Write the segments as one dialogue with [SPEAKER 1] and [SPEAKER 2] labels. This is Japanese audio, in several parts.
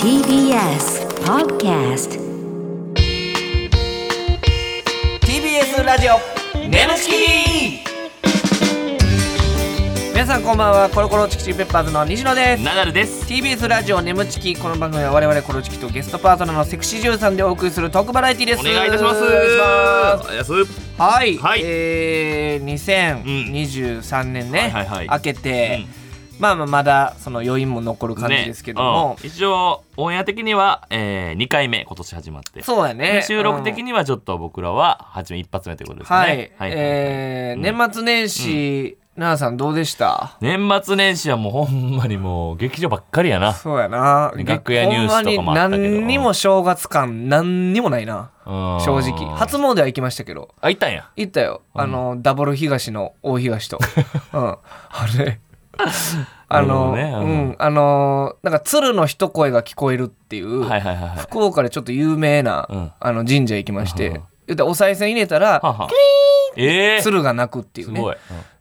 [SPEAKER 1] TBS Podcast
[SPEAKER 2] TBS ラジオ
[SPEAKER 3] ネムチ
[SPEAKER 2] 皆さんこんばんはコロコロチキチキペッパーズの西野で
[SPEAKER 3] キ
[SPEAKER 2] す
[SPEAKER 3] ナダルです。
[SPEAKER 2] TBS ラジオネムチキこの番組は我々コロチキとゲストパートナーのセクシージュさんでお送りするトークバラエティです
[SPEAKER 3] お願いいたします。
[SPEAKER 2] お願いします
[SPEAKER 3] お願いします
[SPEAKER 2] はい、
[SPEAKER 3] はい
[SPEAKER 2] えー、2023年ね、
[SPEAKER 3] はいはいはい
[SPEAKER 2] 明けて、まあまあまだその余韻も残る感じ
[SPEAKER 3] ね
[SPEAKER 2] ですけども、
[SPEAKER 3] うん一応オンエア的には、えー、2回目今年始まって、
[SPEAKER 2] そうやね
[SPEAKER 3] 収録
[SPEAKER 2] うん
[SPEAKER 3] 的にはちょっと僕らは初め一発目ということですか
[SPEAKER 2] はい
[SPEAKER 3] ね。、
[SPEAKER 2] えー
[SPEAKER 3] うん
[SPEAKER 2] 年末年始、奈々さんどうでした
[SPEAKER 3] 年末年始はもうほんまにもう劇場ばっかりやな。
[SPEAKER 2] そうやな
[SPEAKER 3] 楽屋ニュースとかもあったけど
[SPEAKER 2] ほんまに何にも正月感何にもないな正
[SPEAKER 3] 正
[SPEAKER 2] 直初詣は行きましたけど
[SPEAKER 3] あ行ったんや。
[SPEAKER 2] 行ったよ、あのダブル東の大東 とうんあれあの、
[SPEAKER 3] なるほど
[SPEAKER 2] う
[SPEAKER 3] ね
[SPEAKER 2] んあのなんか鶴の一声が聞こえるっていう、
[SPEAKER 3] はいはいはいはい。
[SPEAKER 2] 福岡でちょっと有名な、
[SPEAKER 3] うん
[SPEAKER 2] あの神社行きまして、
[SPEAKER 3] はは
[SPEAKER 2] 言うたらお賽銭入れたら、
[SPEAKER 3] はは。ええー。
[SPEAKER 2] 鶴が鳴くっていう
[SPEAKER 3] す
[SPEAKER 2] ね
[SPEAKER 3] ごい。うん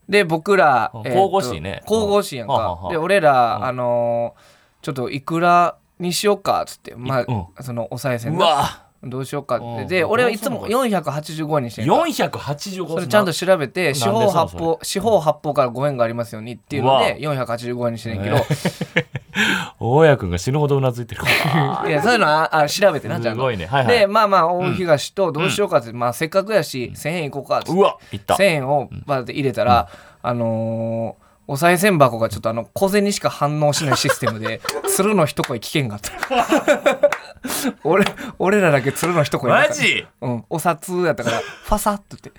[SPEAKER 2] で僕ら
[SPEAKER 3] うん
[SPEAKER 2] えーと
[SPEAKER 3] 神々しいね
[SPEAKER 2] 神々しいやん
[SPEAKER 3] うんは
[SPEAKER 2] か
[SPEAKER 3] はは
[SPEAKER 2] で俺らあのーちょっといくらにしようかっつってま
[SPEAKER 3] うん
[SPEAKER 2] あそのお賽銭
[SPEAKER 3] うわ
[SPEAKER 2] どうしようかっ
[SPEAKER 3] う
[SPEAKER 2] て
[SPEAKER 3] ん
[SPEAKER 2] で
[SPEAKER 3] どう
[SPEAKER 2] 俺はいつも
[SPEAKER 3] ど
[SPEAKER 2] 485円にしてんか
[SPEAKER 3] 485
[SPEAKER 2] それちゃんと調べて
[SPEAKER 3] んで
[SPEAKER 2] 四方八
[SPEAKER 3] それそ
[SPEAKER 2] 方四方八方から5円がありますようにっていうので
[SPEAKER 3] う
[SPEAKER 2] 485円にしてんねんけど
[SPEAKER 3] ね 大家君が死ぬほどうなずいてるから。
[SPEAKER 2] いやそういうのああ調べてなちゃ
[SPEAKER 3] す
[SPEAKER 2] んと
[SPEAKER 3] ごいね。はいはい。
[SPEAKER 2] でまあまあ大東とどうしようかってまあせっかくやし1000円いこうかっつって
[SPEAKER 3] うわ、いった。
[SPEAKER 2] 1000円をバーって入れたら、あのーお賽銭箱がちょっとあの小銭しか反応しないシステム で鶴の一声危険があった 俺俺らだけ鶴の一声な
[SPEAKER 3] マ
[SPEAKER 2] んか
[SPEAKER 3] ジ
[SPEAKER 2] うん、お札やった からファサッとって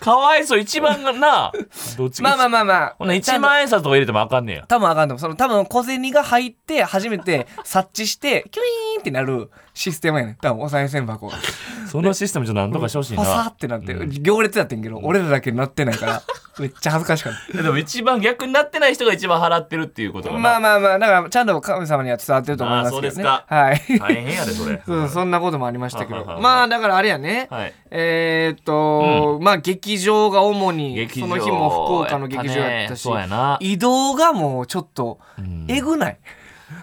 [SPEAKER 3] かわいそう、一番 がな、どっちか。
[SPEAKER 2] まあまあまあまあ
[SPEAKER 3] ほな、一万円札とか入れてもあかんねや。
[SPEAKER 2] 多分あかんと思うその多分小銭が入って初めて察知してキュイーンってなるシステムやねん多分お賽銭箱が
[SPEAKER 3] そのシステムちょっとなんとかしてほしい
[SPEAKER 2] ファサッ
[SPEAKER 3] な。
[SPEAKER 2] ってなって行列やってんけど俺らだけなってないからめっちゃ恥ずかしかった
[SPEAKER 3] でも一番逆になってない人が一番払ってるっていうことが。
[SPEAKER 2] まあ
[SPEAKER 3] あ、
[SPEAKER 2] まあまあ、だからちゃんと神様には伝わってると思いますけど、ね。
[SPEAKER 3] あーそうですか
[SPEAKER 2] はい。
[SPEAKER 3] 大変やで、それ。
[SPEAKER 2] そうそんなこともありましたけど。
[SPEAKER 3] はははは
[SPEAKER 2] まあだからあれやね。
[SPEAKER 3] はい。
[SPEAKER 2] えーっと、まあ劇場が主に、
[SPEAKER 3] 劇
[SPEAKER 2] そ
[SPEAKER 3] 場
[SPEAKER 2] の日も福岡の劇場やったし
[SPEAKER 3] そうやな、
[SPEAKER 2] 移動がもうちょっと、
[SPEAKER 3] うん
[SPEAKER 2] えぐない。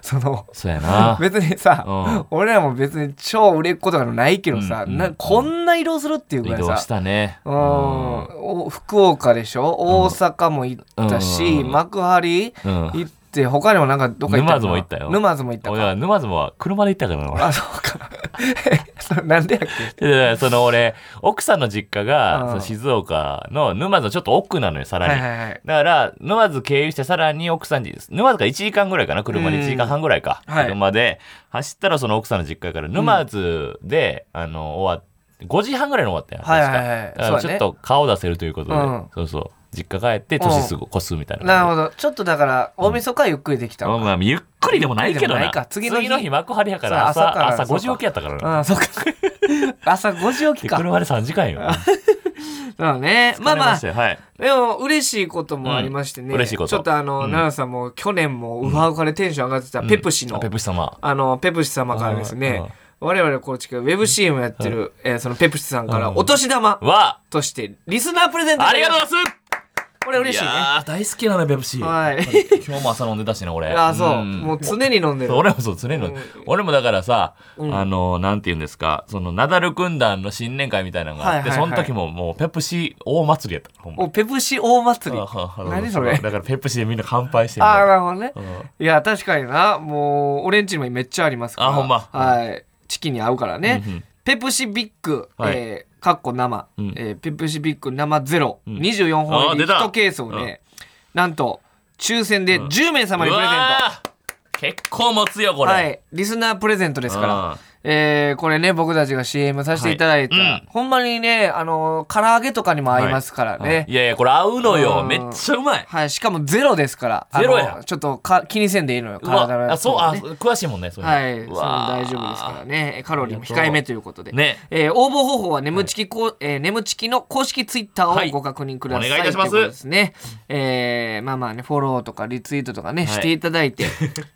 [SPEAKER 2] その、
[SPEAKER 3] そう やな。
[SPEAKER 2] 別にさ、
[SPEAKER 3] うん
[SPEAKER 2] 俺らも別に超売れっ子とかのないけどさ、
[SPEAKER 3] うんうんうん
[SPEAKER 2] なこんな移動するっていうぐ
[SPEAKER 3] 移
[SPEAKER 2] らい
[SPEAKER 3] 動
[SPEAKER 2] さ
[SPEAKER 3] し。たね。
[SPEAKER 2] うん、お福岡でしょ大阪も行ったし、
[SPEAKER 3] うん
[SPEAKER 2] 幕張
[SPEAKER 3] うん。
[SPEAKER 2] 行って他にもなんかどっか行ったかな
[SPEAKER 3] 沼津も行ったよ
[SPEAKER 2] 沼津も行った
[SPEAKER 3] 俺
[SPEAKER 2] か
[SPEAKER 3] は沼津は車で行ったから な、俺。
[SPEAKER 2] あそうか それなんでやっけ
[SPEAKER 3] ででその俺奥さんの実家
[SPEAKER 2] うん
[SPEAKER 3] がその静岡の沼津のちょっと奥なのよさらに、
[SPEAKER 2] はいはいはい
[SPEAKER 3] だから沼津経由してさらに奥さんに沼津から1時間ぐらいかな車で
[SPEAKER 2] うん
[SPEAKER 3] 1時間半ぐらいか、
[SPEAKER 2] はい
[SPEAKER 3] 車で走ったらその奥さんの実家から沼津で、あの終わって5時半ぐらいに終わったよ
[SPEAKER 2] はいはいはい
[SPEAKER 3] 確かだか
[SPEAKER 2] そ
[SPEAKER 3] らち
[SPEAKER 2] う
[SPEAKER 3] ょ
[SPEAKER 2] やね
[SPEAKER 3] っと顔出せるということで、
[SPEAKER 2] うん
[SPEAKER 3] そうそう実家帰って年すぐ越すみたいな
[SPEAKER 2] なるほ
[SPEAKER 3] ど
[SPEAKER 2] どちょっとだから大晦日はゆっくりできたのか
[SPEAKER 3] まあ、ゆっくりでもないけど
[SPEAKER 2] ゆっくりでもな
[SPEAKER 3] ない
[SPEAKER 2] か次
[SPEAKER 3] 次
[SPEAKER 2] の
[SPEAKER 3] の
[SPEAKER 2] 日
[SPEAKER 3] 日幕張やから
[SPEAKER 2] そう朝
[SPEAKER 3] 朝
[SPEAKER 2] から
[SPEAKER 3] 朝
[SPEAKER 2] そうか
[SPEAKER 3] 5時起きやったからな
[SPEAKER 2] あそうか 朝5時起き
[SPEAKER 3] で
[SPEAKER 2] か
[SPEAKER 3] 車で3時間よ
[SPEAKER 2] そうねまあまあ
[SPEAKER 3] 疲れしたよはい
[SPEAKER 2] でも嬉しいこともありましてね、
[SPEAKER 3] うん嬉しいこと
[SPEAKER 2] ちょっとあの
[SPEAKER 3] うん
[SPEAKER 2] 奈良さんも去年もウハウハでテンション上がってたペプシの、
[SPEAKER 3] あペプシ様
[SPEAKER 2] あのペプシ様からです
[SPEAKER 3] うんう
[SPEAKER 2] ね
[SPEAKER 3] ん
[SPEAKER 2] 我々コーチがウェブ CM やってる、えーそのペプシさんから
[SPEAKER 3] うん
[SPEAKER 2] お年玉
[SPEAKER 3] は
[SPEAKER 2] としてリスナープレゼント
[SPEAKER 3] ありがとう
[SPEAKER 2] う
[SPEAKER 3] ございます
[SPEAKER 2] これ嬉しいね
[SPEAKER 3] やー大好きなのペプシ
[SPEAKER 2] はい
[SPEAKER 3] 今日も朝飲んでたしな俺
[SPEAKER 2] ああそう、
[SPEAKER 3] ん
[SPEAKER 2] もう常に飲んでる
[SPEAKER 3] そう俺もそう常に飲んで俺もだからさ
[SPEAKER 2] うん
[SPEAKER 3] あのなんて言うんですかそのナダル軍団の新年会みたいなのがあっ
[SPEAKER 2] はい
[SPEAKER 3] て
[SPEAKER 2] はいは
[SPEAKER 3] そ
[SPEAKER 2] い
[SPEAKER 3] の時ももうペプシ大祭りやったほんま
[SPEAKER 2] おペプシ大祭り
[SPEAKER 3] あはは
[SPEAKER 2] 何それ
[SPEAKER 3] だからペプシでみんな乾杯してる
[SPEAKER 2] ああなるほどね
[SPEAKER 3] うん
[SPEAKER 2] いや確かになもう俺んちにもめっちゃありますから
[SPEAKER 3] あほんま
[SPEAKER 2] はいチキンに合うからね、
[SPEAKER 3] うんうん
[SPEAKER 2] ペプシビッグ、
[SPEAKER 3] はい
[SPEAKER 2] えーかっこ生、
[SPEAKER 3] うん
[SPEAKER 2] えーペプシビッグ生ゼロ、
[SPEAKER 3] ん
[SPEAKER 2] 24本入り
[SPEAKER 3] あー出た
[SPEAKER 2] 1ケースをね、なんと抽選で10名様に
[SPEAKER 3] う
[SPEAKER 2] プレゼント、
[SPEAKER 3] わー結構持つよこれ
[SPEAKER 2] はいリスナープレゼントですから
[SPEAKER 3] うん
[SPEAKER 2] えーこれね僕たちが CM させていただいた、
[SPEAKER 3] はいうん
[SPEAKER 2] ほんまにねあのー唐揚げとかにも合いますからね、
[SPEAKER 3] いやいやこれ合うの
[SPEAKER 2] う
[SPEAKER 3] よ
[SPEAKER 2] ん
[SPEAKER 3] めっちゃうまい
[SPEAKER 2] はい、しかもゼロですから。あの
[SPEAKER 3] ゼロや
[SPEAKER 2] ちょっとか気にせんでいいのよ、
[SPEAKER 3] うわ
[SPEAKER 2] 体の。
[SPEAKER 3] あそうあ
[SPEAKER 2] ね
[SPEAKER 3] 詳しいもんねそういうの
[SPEAKER 2] はい、そうれ
[SPEAKER 3] わー
[SPEAKER 2] 大丈夫ですからね。カロリーも控えめということで。
[SPEAKER 3] ね
[SPEAKER 2] えー応募方法は、ねむちきこ、えーねむちきの公式ツイッタ
[SPEAKER 3] は
[SPEAKER 2] ーを
[SPEAKER 3] い
[SPEAKER 2] ご確認ください。
[SPEAKER 3] お願いいたします
[SPEAKER 2] とうことですね。えーまあまあね、フォローとかリツイートとかね、
[SPEAKER 3] はい
[SPEAKER 2] していただいて、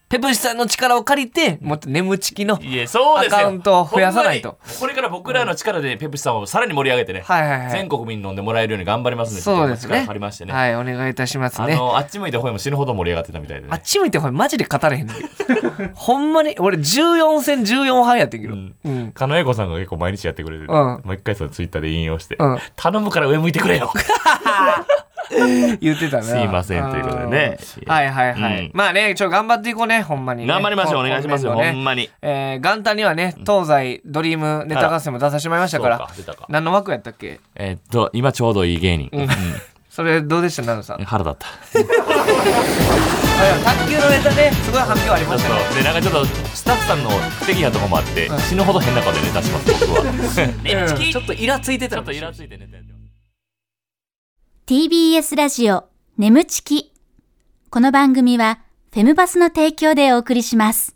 [SPEAKER 2] ペプシさんの力を借りて、もっと眠ちきの。
[SPEAKER 3] いえ、そうですよ。
[SPEAKER 2] アカウントを増やさないと
[SPEAKER 3] ほんまに。これから僕らの力でペプシさんをさらに盛り上げてね、
[SPEAKER 2] はいはいはい
[SPEAKER 3] 全国民に飲んでもらえるように頑張りますので、
[SPEAKER 2] そうです
[SPEAKER 3] ちょっと力
[SPEAKER 2] ね。
[SPEAKER 3] 借りましてね。
[SPEAKER 2] はい、お願いいたします
[SPEAKER 3] あ
[SPEAKER 2] ね。
[SPEAKER 3] の、あっち向いてほえも死ぬほど盛り上がってたみたいで
[SPEAKER 2] あっ
[SPEAKER 3] ね。
[SPEAKER 2] ち向いてほい、マジで語れへんねんけど。ほんま に、俺14戦14敗やってんけど。
[SPEAKER 3] う
[SPEAKER 2] うんん。うん。
[SPEAKER 3] 狩野英孝さんが結構毎日やってくれてる。
[SPEAKER 2] ん
[SPEAKER 3] もう一回そのツイッターで引用して、
[SPEAKER 2] うん
[SPEAKER 3] 頼むから上向いてく れよ。
[SPEAKER 2] 言ってたな。
[SPEAKER 3] すいませんということでね
[SPEAKER 2] あーはいはいはい。
[SPEAKER 3] うん
[SPEAKER 2] まあね、ちょ、頑張っていこうね、ほんまにね、
[SPEAKER 3] 頑張りましょう、お
[SPEAKER 2] こ
[SPEAKER 3] 願いしますよ、
[SPEAKER 2] 今年
[SPEAKER 3] ほ
[SPEAKER 2] 度
[SPEAKER 3] ん
[SPEAKER 2] ね
[SPEAKER 3] まに。
[SPEAKER 2] えー元旦にはね、東西ドリームネタ合戦も出させてもらいましたから、
[SPEAKER 3] そう出たか。
[SPEAKER 2] 何の枠やったっけ
[SPEAKER 3] えーっと、今ちょうどいい芸人。
[SPEAKER 2] んそれどうでした、ナノさん。あで
[SPEAKER 3] うん
[SPEAKER 2] も
[SPEAKER 3] 腹立った。
[SPEAKER 2] 卓球のネタね、すごい反響あり
[SPEAKER 3] ちょ
[SPEAKER 2] ま
[SPEAKER 3] っ
[SPEAKER 2] したね。
[SPEAKER 3] と、で、なんかちょっと、スタッフさんの不適なとこもあって、死ぬほど変な顔でネタします、僕 は。
[SPEAKER 2] うんちょっとイラついてた
[SPEAKER 3] ち
[SPEAKER 2] の
[SPEAKER 3] ょっとイラついてネタやってます。
[SPEAKER 4] TBS ラジオ眠ちきこの番組はフェムバスの提供でお送りします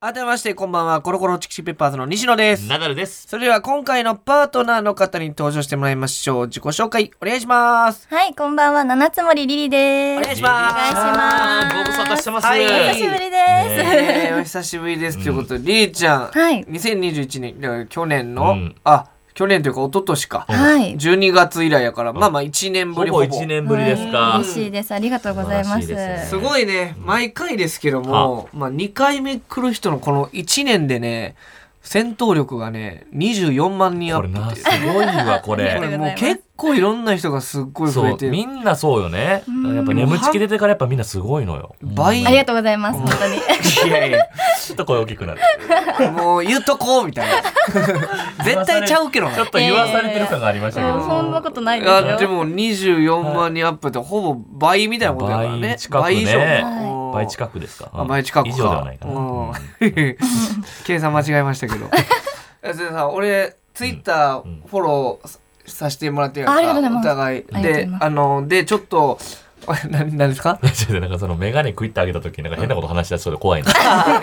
[SPEAKER 2] 改めまして、こんばんは、コロコロチキチキペッパーズの西野です。
[SPEAKER 3] ナダルです。
[SPEAKER 2] それでは今回のパートナーの方に登場してもらいましょう。自己紹介、お願いします。
[SPEAKER 5] はい、こんばんは、七つ森りりで
[SPEAKER 2] お
[SPEAKER 5] す。
[SPEAKER 2] 願いします。
[SPEAKER 5] お願いします
[SPEAKER 3] ご無沙汰してます。
[SPEAKER 2] はい
[SPEAKER 5] お久しぶりです。
[SPEAKER 2] え ーお久しぶりです。ということで、りりちゃん、
[SPEAKER 5] はい
[SPEAKER 2] 2021年、だから去年の、
[SPEAKER 3] うん
[SPEAKER 2] あ、去年というか一昨年か、
[SPEAKER 5] はい。
[SPEAKER 2] 12月以来やから、まあまあ1年ぶ
[SPEAKER 3] ほ
[SPEAKER 2] りほぼ
[SPEAKER 3] ぼ一年ぶりですか
[SPEAKER 5] 嬉。しいです。ありがとうございま
[SPEAKER 3] 素晴らしいです
[SPEAKER 5] す。
[SPEAKER 2] すごいね、毎回ですけども、まあ2回目来る人のこの1年でね、戦闘力がね、24万人ア
[SPEAKER 3] これ
[SPEAKER 2] ッ
[SPEAKER 3] な、
[SPEAKER 2] プっ
[SPEAKER 3] す
[SPEAKER 2] ていう。
[SPEAKER 3] ごいわ、こ
[SPEAKER 5] あ
[SPEAKER 2] こ
[SPEAKER 5] り
[SPEAKER 3] れ。
[SPEAKER 5] が
[SPEAKER 2] れ
[SPEAKER 5] とう
[SPEAKER 2] も
[SPEAKER 5] ございうます
[SPEAKER 2] 結構いろんな人がすっごい増
[SPEAKER 3] そ
[SPEAKER 2] え
[SPEAKER 3] う、
[SPEAKER 2] てる
[SPEAKER 3] み。んなそうよね。やっぱ眠ちき出てからやっぱみんなすごいのよ。
[SPEAKER 2] 倍
[SPEAKER 5] ありがとうございます。本当に。
[SPEAKER 2] いやいや
[SPEAKER 3] ちょっと声大きくなる。
[SPEAKER 2] もう言うとこうみたい な絶対ちゃうけど
[SPEAKER 3] ちょ
[SPEAKER 2] な
[SPEAKER 3] っと言わされてる感がありましたけ
[SPEAKER 5] もうそ
[SPEAKER 3] ど。
[SPEAKER 5] んなことない
[SPEAKER 2] い
[SPEAKER 5] です
[SPEAKER 2] やで
[SPEAKER 5] よ。
[SPEAKER 2] も24万人アップってほぼ倍みたいなことだからね
[SPEAKER 3] 倍近くね
[SPEAKER 2] 以上
[SPEAKER 5] は
[SPEAKER 3] 倍
[SPEAKER 2] く
[SPEAKER 3] 近くですか。うん
[SPEAKER 2] 倍近くか
[SPEAKER 3] 以上ではないかな。
[SPEAKER 2] うん 計算間違えました けどえそれさ俺ツイッタ
[SPEAKER 3] うん
[SPEAKER 2] ーフォローさせてもらってるやん
[SPEAKER 5] あありがとうござ
[SPEAKER 2] か
[SPEAKER 5] いま
[SPEAKER 2] お
[SPEAKER 5] す
[SPEAKER 2] 互い
[SPEAKER 5] ありがとうござい
[SPEAKER 2] で
[SPEAKER 5] ます
[SPEAKER 2] あのでちょっと な何ですか
[SPEAKER 3] ちょっとなんかそのメガネ食いってあげた時なんか変なこと話し出しそう で怖いな。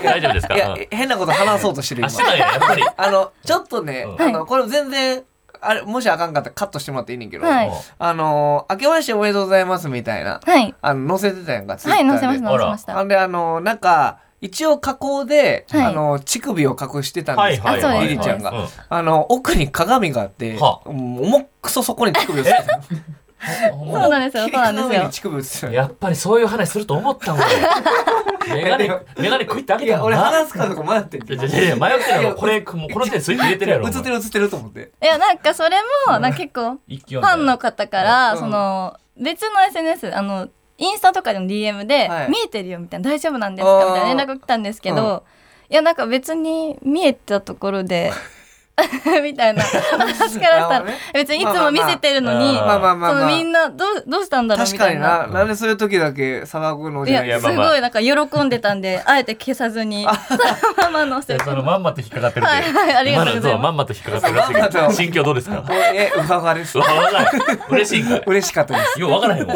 [SPEAKER 3] 大丈夫ですか
[SPEAKER 2] いや
[SPEAKER 3] うん
[SPEAKER 2] 変なこと話そうとしてる
[SPEAKER 3] あ、
[SPEAKER 2] 今
[SPEAKER 3] してないね、やっぱり。
[SPEAKER 2] あのちょっとね
[SPEAKER 3] うん
[SPEAKER 2] あのこれ全然あれもしあかんかったらカットしてもらっていいねんけど
[SPEAKER 5] はい
[SPEAKER 2] あのー、明けましておめでとうございますみたいな、
[SPEAKER 5] はい。
[SPEAKER 2] あの、載せてたやんか、ツイッ
[SPEAKER 5] は
[SPEAKER 2] ター
[SPEAKER 5] い、
[SPEAKER 2] で。
[SPEAKER 5] 載せました、
[SPEAKER 3] あ
[SPEAKER 5] 載
[SPEAKER 3] ら
[SPEAKER 5] せました。
[SPEAKER 2] あんで、あのー、なんか、一応加工で、
[SPEAKER 5] はい
[SPEAKER 2] あのー、乳首を隠してたん
[SPEAKER 3] は
[SPEAKER 2] で
[SPEAKER 3] い
[SPEAKER 2] すけど、
[SPEAKER 3] はいはい。
[SPEAKER 5] リリちゃん
[SPEAKER 2] が
[SPEAKER 3] う
[SPEAKER 2] あの、奥に鏡があって、
[SPEAKER 3] は
[SPEAKER 2] もう重っくそそこに乳首を映ってた。
[SPEAKER 5] そうなんですよ、そうなんです
[SPEAKER 2] 鏡に
[SPEAKER 5] よ。
[SPEAKER 2] 乳首映ってた。
[SPEAKER 3] やっぱりそういう話すると思ったもん 俺メガネ、メガネ食いってあげ
[SPEAKER 2] い
[SPEAKER 3] た
[SPEAKER 2] や、
[SPEAKER 3] もん
[SPEAKER 2] 俺
[SPEAKER 3] な。
[SPEAKER 2] 話すかとか迷ってん
[SPEAKER 3] い
[SPEAKER 2] け
[SPEAKER 3] や
[SPEAKER 2] ど
[SPEAKER 3] いやいや、迷ってる
[SPEAKER 2] いや
[SPEAKER 3] のこれ、もうこの時点でスイッチ入れてるやろ。お
[SPEAKER 2] 映
[SPEAKER 3] 前
[SPEAKER 2] ってる映ってると思って。
[SPEAKER 5] いや、なんかそれも、なんか結構、フ
[SPEAKER 3] 一気読んだ
[SPEAKER 5] ァンの方か
[SPEAKER 2] う
[SPEAKER 5] ら、
[SPEAKER 2] ん
[SPEAKER 5] その、別の SNS、あの、インスタとかでの DM で
[SPEAKER 2] は、い
[SPEAKER 5] 見えてるよみたいな、大丈夫なんですかみたいな連絡が来たんですけど、いや、なんか別に見えたとこ ろで、みたいな私からした
[SPEAKER 2] なる
[SPEAKER 5] ら
[SPEAKER 2] ほどね、
[SPEAKER 5] 別にいつも見せてるのに、
[SPEAKER 3] まあ
[SPEAKER 2] まあまあまあ
[SPEAKER 5] その
[SPEAKER 2] ま
[SPEAKER 5] みん
[SPEAKER 2] あ。
[SPEAKER 5] などうどうしたんだろう
[SPEAKER 2] 確
[SPEAKER 5] み
[SPEAKER 2] か
[SPEAKER 5] た
[SPEAKER 2] に
[SPEAKER 5] いな。
[SPEAKER 2] な、なんでそういう時だけ騒ぐの
[SPEAKER 5] い
[SPEAKER 2] じゃない
[SPEAKER 5] や
[SPEAKER 2] ですす
[SPEAKER 5] ご
[SPEAKER 2] か。
[SPEAKER 5] いなんか喜んでたんであえて消さずにそのままのせ
[SPEAKER 3] い
[SPEAKER 5] て
[SPEAKER 3] やそのまんまと引っかかってる
[SPEAKER 5] はいはいありがとうござい
[SPEAKER 3] 今
[SPEAKER 5] ます
[SPEAKER 3] のまんまと引っかかってるらしいけ
[SPEAKER 2] そうまん
[SPEAKER 3] ど
[SPEAKER 2] まと
[SPEAKER 3] 心境どうですか
[SPEAKER 2] もうえ、上がです
[SPEAKER 3] う。わわからない嬉しいんかい
[SPEAKER 2] 嬉しかったです。
[SPEAKER 3] ようわからへんも ん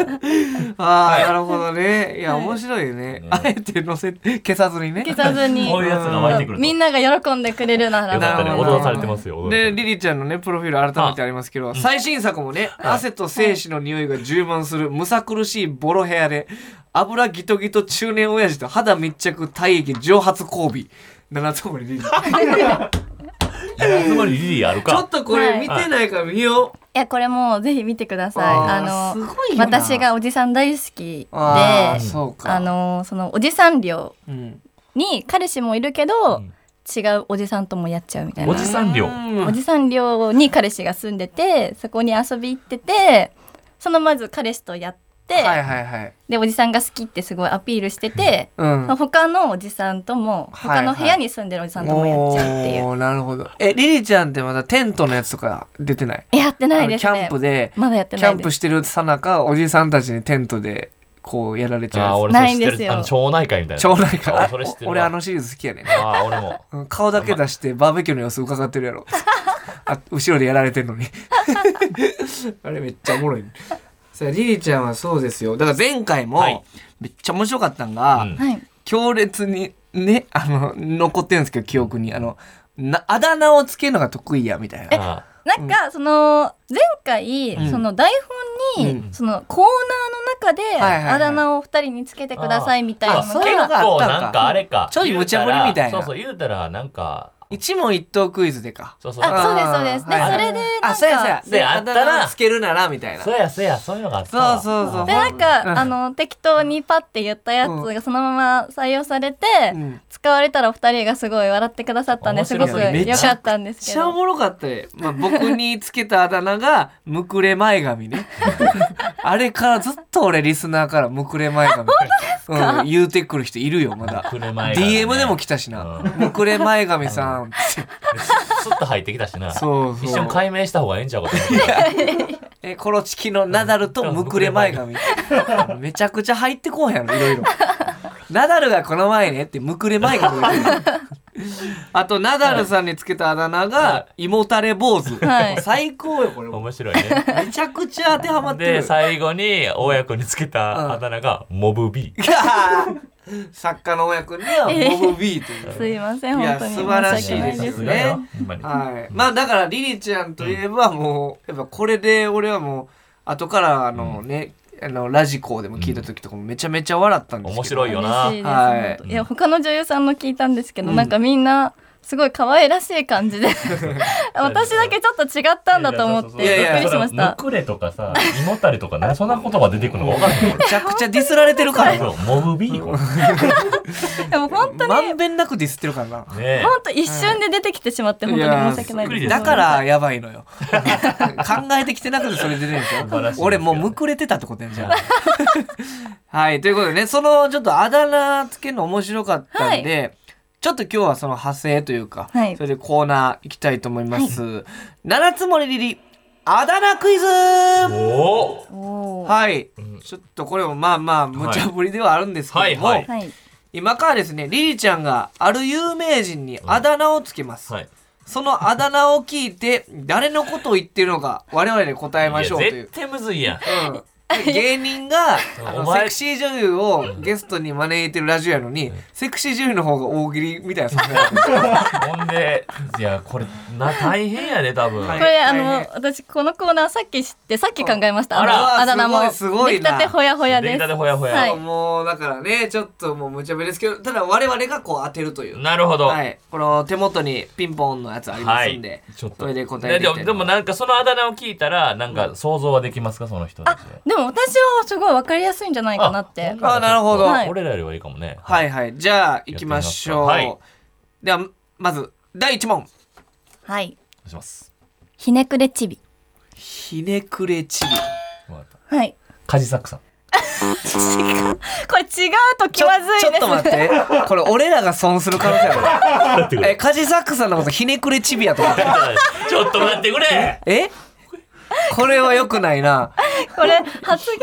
[SPEAKER 2] ああ、
[SPEAKER 3] はい
[SPEAKER 2] なるほどね。いや、面白いよね。
[SPEAKER 3] ね
[SPEAKER 2] あえて乗せ、消さずにね。
[SPEAKER 5] 消さずに
[SPEAKER 3] こういうやつが湧いてくると
[SPEAKER 5] みんなが喜んでくれるなら
[SPEAKER 3] よかったね
[SPEAKER 2] なるほど
[SPEAKER 3] 踊らされてますよ
[SPEAKER 2] で、リリちゃんのね、プロフィール改めてありますけど、最新作もね、汗と精子の匂いが充満する、むさ苦しいボロ部屋で、油ギトギト中年親父と肌密着体液蒸発交尾。七つ森リリ。ちょ
[SPEAKER 3] つまりリリーある
[SPEAKER 2] っ
[SPEAKER 3] か
[SPEAKER 2] とこれ見てないから見よ
[SPEAKER 5] いやこれもうぜひ見てくだ
[SPEAKER 2] う。
[SPEAKER 5] さいあ
[SPEAKER 2] ー
[SPEAKER 5] の
[SPEAKER 2] すごいよな
[SPEAKER 5] 私がおじさん大好きで
[SPEAKER 2] あ
[SPEAKER 5] あ
[SPEAKER 2] ーそうか。
[SPEAKER 5] のそのおじさん寮
[SPEAKER 2] うん、
[SPEAKER 5] に彼氏もいるけど、
[SPEAKER 3] うん
[SPEAKER 5] 違うおじさんともやっちゃうみたいな
[SPEAKER 3] おじさん量
[SPEAKER 2] うん
[SPEAKER 5] おじさん寮に彼氏が住んでてそこに遊び行っててそのまず彼氏とやって、
[SPEAKER 2] はいはいはい。
[SPEAKER 5] でおじさんが好きってすごいアピールしてて、
[SPEAKER 2] うん。
[SPEAKER 5] 他のおじさんとも
[SPEAKER 2] はいは
[SPEAKER 5] 他
[SPEAKER 2] い
[SPEAKER 5] の部屋に住んでるおじさんともやっちゃうっていう、
[SPEAKER 2] おーなるほど。え、リリちゃんってまだテントのやつとか出てない
[SPEAKER 5] やってないです
[SPEAKER 2] あのキャン
[SPEAKER 5] ね
[SPEAKER 2] プで、
[SPEAKER 5] まだやって
[SPEAKER 2] キャ
[SPEAKER 5] ない
[SPEAKER 2] ン
[SPEAKER 5] で
[SPEAKER 2] プ
[SPEAKER 5] す
[SPEAKER 2] してるさなか、おじさんたちにテントで、こう、やられちゃう
[SPEAKER 3] あー
[SPEAKER 2] や
[SPEAKER 3] 俺それ
[SPEAKER 5] ないん
[SPEAKER 3] 知っ
[SPEAKER 5] で
[SPEAKER 3] て
[SPEAKER 5] す
[SPEAKER 3] る
[SPEAKER 5] よ
[SPEAKER 3] あの町内会みたい
[SPEAKER 2] つ。
[SPEAKER 3] な
[SPEAKER 2] 町内会。
[SPEAKER 3] あ
[SPEAKER 2] あ
[SPEAKER 3] ーそれ知って
[SPEAKER 2] お
[SPEAKER 3] るわ
[SPEAKER 2] 俺、あのシリーズ好きやねん。
[SPEAKER 3] あー俺も
[SPEAKER 2] うん顔だけ出して、バーベキューの様子伺ってるや ろ。あ後ろでやられてんのに。 あれ、めっちゃおもろいね。さあ、リリちゃんはそうですよ。だから前回
[SPEAKER 3] はい
[SPEAKER 2] も、めっちゃ面白かったんが、
[SPEAKER 3] うん
[SPEAKER 5] はい
[SPEAKER 2] 強烈にねあの残ってるんですけど記憶にあのなあだ名をつけるのが得意やみたいな
[SPEAKER 3] あ
[SPEAKER 5] なんかその前回
[SPEAKER 2] うん
[SPEAKER 5] その台本にそのコーナーの中で
[SPEAKER 2] いはいはい
[SPEAKER 5] あだ名を二人につけてくださいみたいな
[SPEAKER 2] あ
[SPEAKER 5] の
[SPEAKER 2] そういうの
[SPEAKER 5] が
[SPEAKER 2] が
[SPEAKER 3] 結構なんかあれか。
[SPEAKER 2] ちょい無茶ぶりみたいな
[SPEAKER 3] 言うらそうそう、言うたらなんか、
[SPEAKER 2] 一問一答クイズでか。
[SPEAKER 3] そうそう。
[SPEAKER 5] あそうですそうですで
[SPEAKER 2] あー
[SPEAKER 5] それで
[SPEAKER 2] あ、そうやそう
[SPEAKER 5] なん
[SPEAKER 2] や
[SPEAKER 5] か。
[SPEAKER 3] であったら
[SPEAKER 2] あだ名つけるなら、みたいな。
[SPEAKER 3] そうやそうや、そういうのがあったわ。
[SPEAKER 2] そうそうそう
[SPEAKER 5] でな
[SPEAKER 2] う
[SPEAKER 5] ん
[SPEAKER 2] ん
[SPEAKER 5] かあの適当にパッて言ったやつ
[SPEAKER 2] う
[SPEAKER 5] がそのまま採用されて
[SPEAKER 2] うん
[SPEAKER 5] 使われたらお二人がすごい笑ってくださったんで
[SPEAKER 3] 面
[SPEAKER 5] す
[SPEAKER 3] 白
[SPEAKER 5] ご
[SPEAKER 3] い
[SPEAKER 5] く良かったんです
[SPEAKER 2] めっ
[SPEAKER 5] け
[SPEAKER 2] ちゃお
[SPEAKER 5] ど
[SPEAKER 2] もろかったで、まあ、僕につけたあだ名が「むくれ前髪ね」あれからずっと俺リスナーから「むくれ前髪」うん、言うてくる人いるよまだ
[SPEAKER 3] くれ前髪ね
[SPEAKER 2] DM でも来たしな
[SPEAKER 3] う
[SPEAKER 2] 「むくれ前髪さん」
[SPEAKER 3] スッと入ってきたしな。
[SPEAKER 2] そうそう
[SPEAKER 3] 一瞬解明した方がええんちゃうかと思って
[SPEAKER 2] えコロチキのナダルとむくれ前髪めちゃくちゃ入ってこうやろいろいろナダルがこの前ねってむくれ前 髪が出てるあとナダルさんにつけたあだ名が「胃もたれ坊主」
[SPEAKER 5] はい
[SPEAKER 2] 最高よこれ
[SPEAKER 3] 面白いね。
[SPEAKER 2] めちゃくちゃ当てはまってる
[SPEAKER 3] で、最後に、親子につけたあだ名が、モブビー。
[SPEAKER 2] 作家の親子にはモブ B という。
[SPEAKER 5] すいません
[SPEAKER 2] いや
[SPEAKER 5] 本当に申
[SPEAKER 2] 素
[SPEAKER 5] し
[SPEAKER 2] 晴
[SPEAKER 5] 訳
[SPEAKER 2] ら
[SPEAKER 5] な
[SPEAKER 2] し
[SPEAKER 5] い
[SPEAKER 2] い
[SPEAKER 5] で
[SPEAKER 2] ですす
[SPEAKER 5] ね
[SPEAKER 2] ね
[SPEAKER 3] ほんまに
[SPEAKER 2] はい、まあだからリリちゃんといえばもう、やっぱこれで俺はもう後からあのね、あのラジコでも聞いた時とかもめちゃめちゃ笑ったんですけど
[SPEAKER 3] 面白いよ
[SPEAKER 5] 嬉
[SPEAKER 3] な
[SPEAKER 5] しい。です、
[SPEAKER 2] はい
[SPEAKER 5] 本当いや他の女優さんの聞いたんですけど、なんかみんなすごい可愛らしい 感じで私だけちょっと違ったんだと思ってび
[SPEAKER 2] いやいや
[SPEAKER 5] っくりしまし
[SPEAKER 3] む
[SPEAKER 5] た
[SPEAKER 3] くれとかさ、胃もたれとか、なそんな言葉出てくるのか分からへん
[SPEAKER 2] めちゃくちゃディスられてる から
[SPEAKER 3] そ
[SPEAKER 2] な
[SPEAKER 3] うモブビーこれ
[SPEAKER 5] でも本当に
[SPEAKER 2] まんべんなくディスってるからな
[SPEAKER 3] ね
[SPEAKER 5] 本当一瞬で出てきてしまって本当に申し訳な
[SPEAKER 3] いやーび
[SPEAKER 5] い
[SPEAKER 3] っくり
[SPEAKER 5] で
[SPEAKER 3] ですす
[SPEAKER 2] だからやばいのよ 考えてきてなくてそれ出てるんですよ
[SPEAKER 3] 晴らしいですけど
[SPEAKER 2] 俺もうむくれてたってことやんじゃんはいということでねそのちょっとあだ名つけるの面白かったんで、ちょっと今日はその派生というか、
[SPEAKER 5] はい
[SPEAKER 2] それでコーナー行きたいと思います、七つ森リリあだ名クイズ
[SPEAKER 3] おお
[SPEAKER 5] おー
[SPEAKER 2] はい、ちょっとこれもまあまあ無茶ぶりではあるんですけども、
[SPEAKER 3] はいはいはい
[SPEAKER 5] はい
[SPEAKER 2] 今からですねリリちゃんがある有名人にあだ名をつけます、
[SPEAKER 3] はい
[SPEAKER 2] そのあだ名を聞いて誰のことを言ってるのか我々で答えましょうと
[SPEAKER 3] い
[SPEAKER 2] い
[SPEAKER 3] や
[SPEAKER 2] う
[SPEAKER 3] 絶、対むずいやん
[SPEAKER 2] うん、芸人があ
[SPEAKER 3] お
[SPEAKER 2] のセ
[SPEAKER 3] 前
[SPEAKER 2] クシー女優をゲストに招いてるラジオやのにセクシー女優の方が大喜利みたいな存在なん ですよ
[SPEAKER 3] ほんでいやこれな大変やで多分
[SPEAKER 2] はい
[SPEAKER 5] これあ
[SPEAKER 2] 大変
[SPEAKER 5] の私このコーナーさっき知ってさっき考えました
[SPEAKER 2] あ
[SPEAKER 5] あ
[SPEAKER 2] ら
[SPEAKER 5] のあだ名も
[SPEAKER 2] すごいすごい
[SPEAKER 5] 出来
[SPEAKER 2] な
[SPEAKER 5] たてほやほや
[SPEAKER 3] 出
[SPEAKER 5] で
[SPEAKER 3] 来
[SPEAKER 5] す
[SPEAKER 3] たてほやほや
[SPEAKER 5] はい
[SPEAKER 2] もうだからねちょっともう無茶ぶりですけどただ我々がこう当てるという、
[SPEAKER 3] なるほど
[SPEAKER 2] は
[SPEAKER 3] はい
[SPEAKER 2] い、この手元にピンポンのやつありますんで、
[SPEAKER 3] ちょっと
[SPEAKER 2] それで答えていき
[SPEAKER 3] で
[SPEAKER 2] た
[SPEAKER 3] も
[SPEAKER 2] い
[SPEAKER 3] で
[SPEAKER 2] と
[SPEAKER 3] も
[SPEAKER 2] 思います
[SPEAKER 3] なんかそのあだ名を聞いたらなんか想像はできますかその人たち
[SPEAKER 5] でも私はすごいわかりやすいんじゃないかなって
[SPEAKER 2] あなるほど
[SPEAKER 5] はい
[SPEAKER 3] 俺らよりはいいかもね
[SPEAKER 2] はいはいじゃあ行きましょう
[SPEAKER 3] やってみますか
[SPEAKER 2] ではまず第1問
[SPEAKER 5] はい
[SPEAKER 3] お願いします
[SPEAKER 5] ひねくれちび
[SPEAKER 2] ひねくれちび
[SPEAKER 3] わかった
[SPEAKER 5] はい
[SPEAKER 3] カジサックさん
[SPEAKER 5] これ違うと気
[SPEAKER 2] ちょ
[SPEAKER 5] まずいです
[SPEAKER 2] ちょっと待ってこれ俺らが損する可能性あるえカジサックさんのことひねくれチビやと思ってる
[SPEAKER 3] ちょっと待ってくれ
[SPEAKER 2] えこれは良くないな
[SPEAKER 5] これ発言す
[SPEAKER 3] ち
[SPEAKER 5] る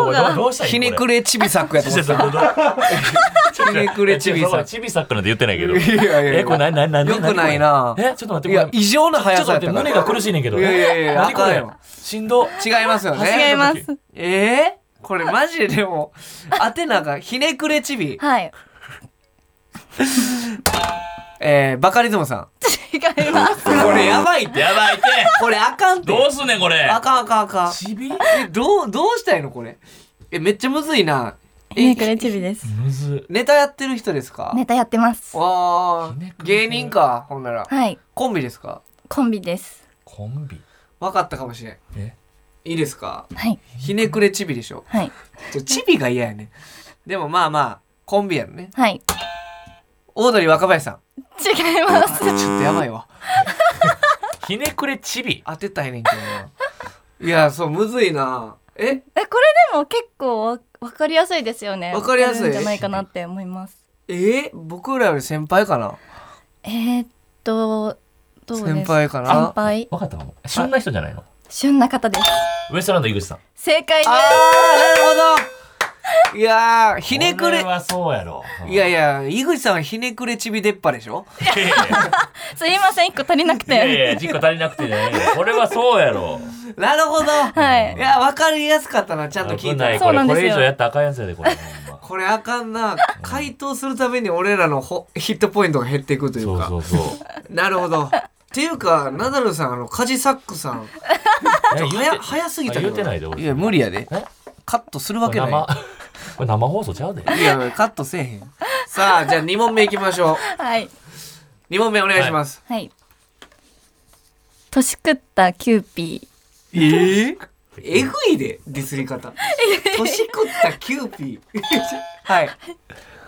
[SPEAKER 3] ょ
[SPEAKER 5] 方
[SPEAKER 3] 俺ど
[SPEAKER 5] が
[SPEAKER 3] うどうしたらいい
[SPEAKER 2] ひねく
[SPEAKER 3] れ
[SPEAKER 2] れチビサックやと思ってたひねくれチビサック
[SPEAKER 3] チビサックなんて言ってないけど
[SPEAKER 2] いやいやいや
[SPEAKER 3] えこれ何何何
[SPEAKER 2] よくないな
[SPEAKER 3] えちょっと待っ
[SPEAKER 2] い
[SPEAKER 3] てこ
[SPEAKER 2] や
[SPEAKER 3] れ
[SPEAKER 2] 異常な速
[SPEAKER 3] ちょっと
[SPEAKER 2] さやっ
[SPEAKER 3] 待って
[SPEAKER 2] たか
[SPEAKER 3] 胸が苦しいねんけど
[SPEAKER 2] いやいやいや
[SPEAKER 3] 何こ
[SPEAKER 2] あかん
[SPEAKER 3] れ
[SPEAKER 2] よ
[SPEAKER 3] しんど
[SPEAKER 2] ら違いますよね
[SPEAKER 5] 違います
[SPEAKER 2] えー、これマジででもアテナがひねくれチビ
[SPEAKER 5] はい
[SPEAKER 2] えー、バカリズムさ
[SPEAKER 5] 違います
[SPEAKER 2] んこれやばいって
[SPEAKER 3] やばいって
[SPEAKER 2] これあかんって
[SPEAKER 3] どうすんねんこれ
[SPEAKER 2] あかんあかんあかん
[SPEAKER 3] ちび
[SPEAKER 2] えどうどうしたいのこれえめっちゃむずいな
[SPEAKER 5] ひねくれちびです
[SPEAKER 3] むず
[SPEAKER 2] ネタやってる人ですか、
[SPEAKER 5] ネタやってます
[SPEAKER 2] わあ
[SPEAKER 3] ひねくれて
[SPEAKER 2] 芸
[SPEAKER 3] る
[SPEAKER 2] 人かほんなら
[SPEAKER 5] はい
[SPEAKER 2] コンビですか
[SPEAKER 5] コンビです
[SPEAKER 3] コンビ
[SPEAKER 2] 分かったかもしれん
[SPEAKER 3] え
[SPEAKER 2] いいですか
[SPEAKER 5] はい
[SPEAKER 2] ひねくれチビでしょ
[SPEAKER 5] はい
[SPEAKER 2] ちょチビが嫌やねでもまあまあコンビやろね
[SPEAKER 5] はい
[SPEAKER 2] オードリー若林さん
[SPEAKER 5] 違います
[SPEAKER 2] ちょっとやばいわ
[SPEAKER 3] ひねくれちび
[SPEAKER 2] 当てたいねんけどないやそうむずいなえ
[SPEAKER 5] えこれでも結構わわかりやすいですよね
[SPEAKER 2] わかりやすい
[SPEAKER 5] わるんじゃないかなって思います
[SPEAKER 2] え僕らより先輩かな
[SPEAKER 5] えー、っとどうです
[SPEAKER 2] 先輩かな
[SPEAKER 5] 先輩
[SPEAKER 3] わかったかもそんな人じゃないの
[SPEAKER 5] 旬な方です
[SPEAKER 3] ウエストランド井口さん
[SPEAKER 5] 正解です
[SPEAKER 2] あーなるほどいやーひねくれ
[SPEAKER 3] こはそうやろ
[SPEAKER 2] いやいや井口さんはひねくれちび出っ歯でしょ
[SPEAKER 3] いやいや
[SPEAKER 5] すいません一個足りなく
[SPEAKER 3] いやい
[SPEAKER 5] て
[SPEAKER 3] や実家足りなくてじゃないよこれはそうやろ
[SPEAKER 2] なるほど。
[SPEAKER 5] はい
[SPEAKER 2] いや、わかりやすかったな、ちゃんと聞
[SPEAKER 3] 危
[SPEAKER 2] い
[SPEAKER 3] ない
[SPEAKER 2] た。
[SPEAKER 5] そ
[SPEAKER 3] こ
[SPEAKER 5] うな
[SPEAKER 3] れ
[SPEAKER 5] ん
[SPEAKER 3] こ
[SPEAKER 5] ですよ
[SPEAKER 3] れ以上やったらあかんやつやでこれほんま
[SPEAKER 2] これあかんな。回答するために俺らのほヒットポイントが減っていくとい
[SPEAKER 3] そうう
[SPEAKER 2] か。
[SPEAKER 3] そうそう
[SPEAKER 2] なるほど。ていうかナダルさんあのカジサックさん
[SPEAKER 3] え言うて
[SPEAKER 2] 早早すぎた
[SPEAKER 3] あ
[SPEAKER 2] けど
[SPEAKER 3] 言うてないで俺
[SPEAKER 2] いや無理やで
[SPEAKER 3] え
[SPEAKER 2] カットするわ
[SPEAKER 3] こ
[SPEAKER 2] けない
[SPEAKER 3] れ生これ生放送ちゃうで
[SPEAKER 2] いやカットせえへんさあじゃあ2問目いきましょ
[SPEAKER 5] はい。
[SPEAKER 2] う2問目お願いします、
[SPEAKER 5] はい。年食ったキューピ
[SPEAKER 2] えええぐいでディスり方年食ったキューピーはい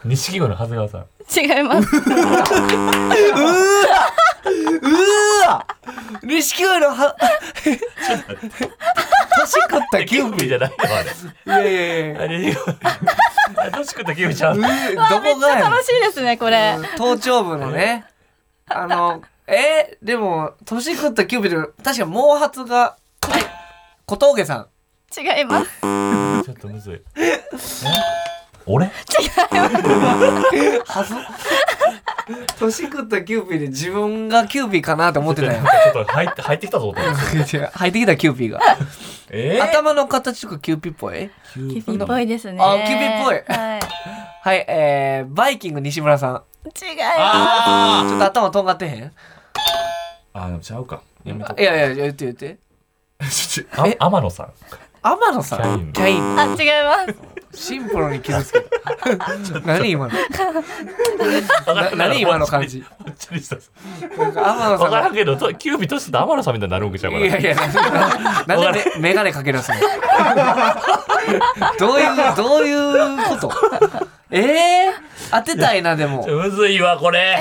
[SPEAKER 3] 錦鯉の長谷川さん
[SPEAKER 5] ー。違います。
[SPEAKER 2] うーわうーわ錦鯉のは年食ったキ
[SPEAKER 3] キ
[SPEAKER 2] ュ
[SPEAKER 3] ュ
[SPEAKER 2] ーピ
[SPEAKER 3] ーピ
[SPEAKER 2] ー
[SPEAKER 3] ーじゃない
[SPEAKER 2] いや
[SPEAKER 3] よ
[SPEAKER 2] いやい
[SPEAKER 3] あ
[SPEAKER 2] や
[SPEAKER 3] れあれ楽しくてキューピーちゃう
[SPEAKER 2] う
[SPEAKER 3] の
[SPEAKER 2] ーどこがやねん
[SPEAKER 5] 楽しいですね、これ。
[SPEAKER 2] 頭頂部のねあのえーでも年食ったキューピーでも確か毛髪が小峠さん
[SPEAKER 5] 違います。
[SPEAKER 3] ちょっとむずいえ俺
[SPEAKER 2] はず 年食ったキューピーで自分がキューピーかなと思って たよ
[SPEAKER 3] ちょっと入って入ってきたぞと思って
[SPEAKER 2] 入ってきたキューピーが
[SPEAKER 3] えー
[SPEAKER 2] 頭の形とかキューピーっぽい
[SPEAKER 3] キュ
[SPEAKER 5] キュー
[SPEAKER 3] ー
[SPEAKER 5] ピーっぽいですね。
[SPEAKER 2] あキューピーっぽい
[SPEAKER 5] はい。
[SPEAKER 2] はいえー、バイキング西村さん
[SPEAKER 5] 違いま
[SPEAKER 3] あ
[SPEAKER 2] ちょっと頭とんがってへん
[SPEAKER 3] ーあでもちゃうかやめとこ
[SPEAKER 2] いやいやいや言って言って
[SPEAKER 3] ちょちょあ天野さん
[SPEAKER 2] 天野さ
[SPEAKER 3] キャイ
[SPEAKER 2] ん
[SPEAKER 3] ン
[SPEAKER 2] キャイン
[SPEAKER 5] す。あ、違います。
[SPEAKER 2] シンプルに傷つけた 何今のな何今の感じ
[SPEAKER 3] もっちりした
[SPEAKER 2] なんか天野さん
[SPEAKER 3] 分か
[SPEAKER 2] が
[SPEAKER 3] らんけどとキューピーとして天野さんみたいになるんちゃうか
[SPEAKER 2] いやいや、なんでなんでめメガネかけ出すのどういう、どういうことええ当てたいな、でも。
[SPEAKER 3] らむずいわこれ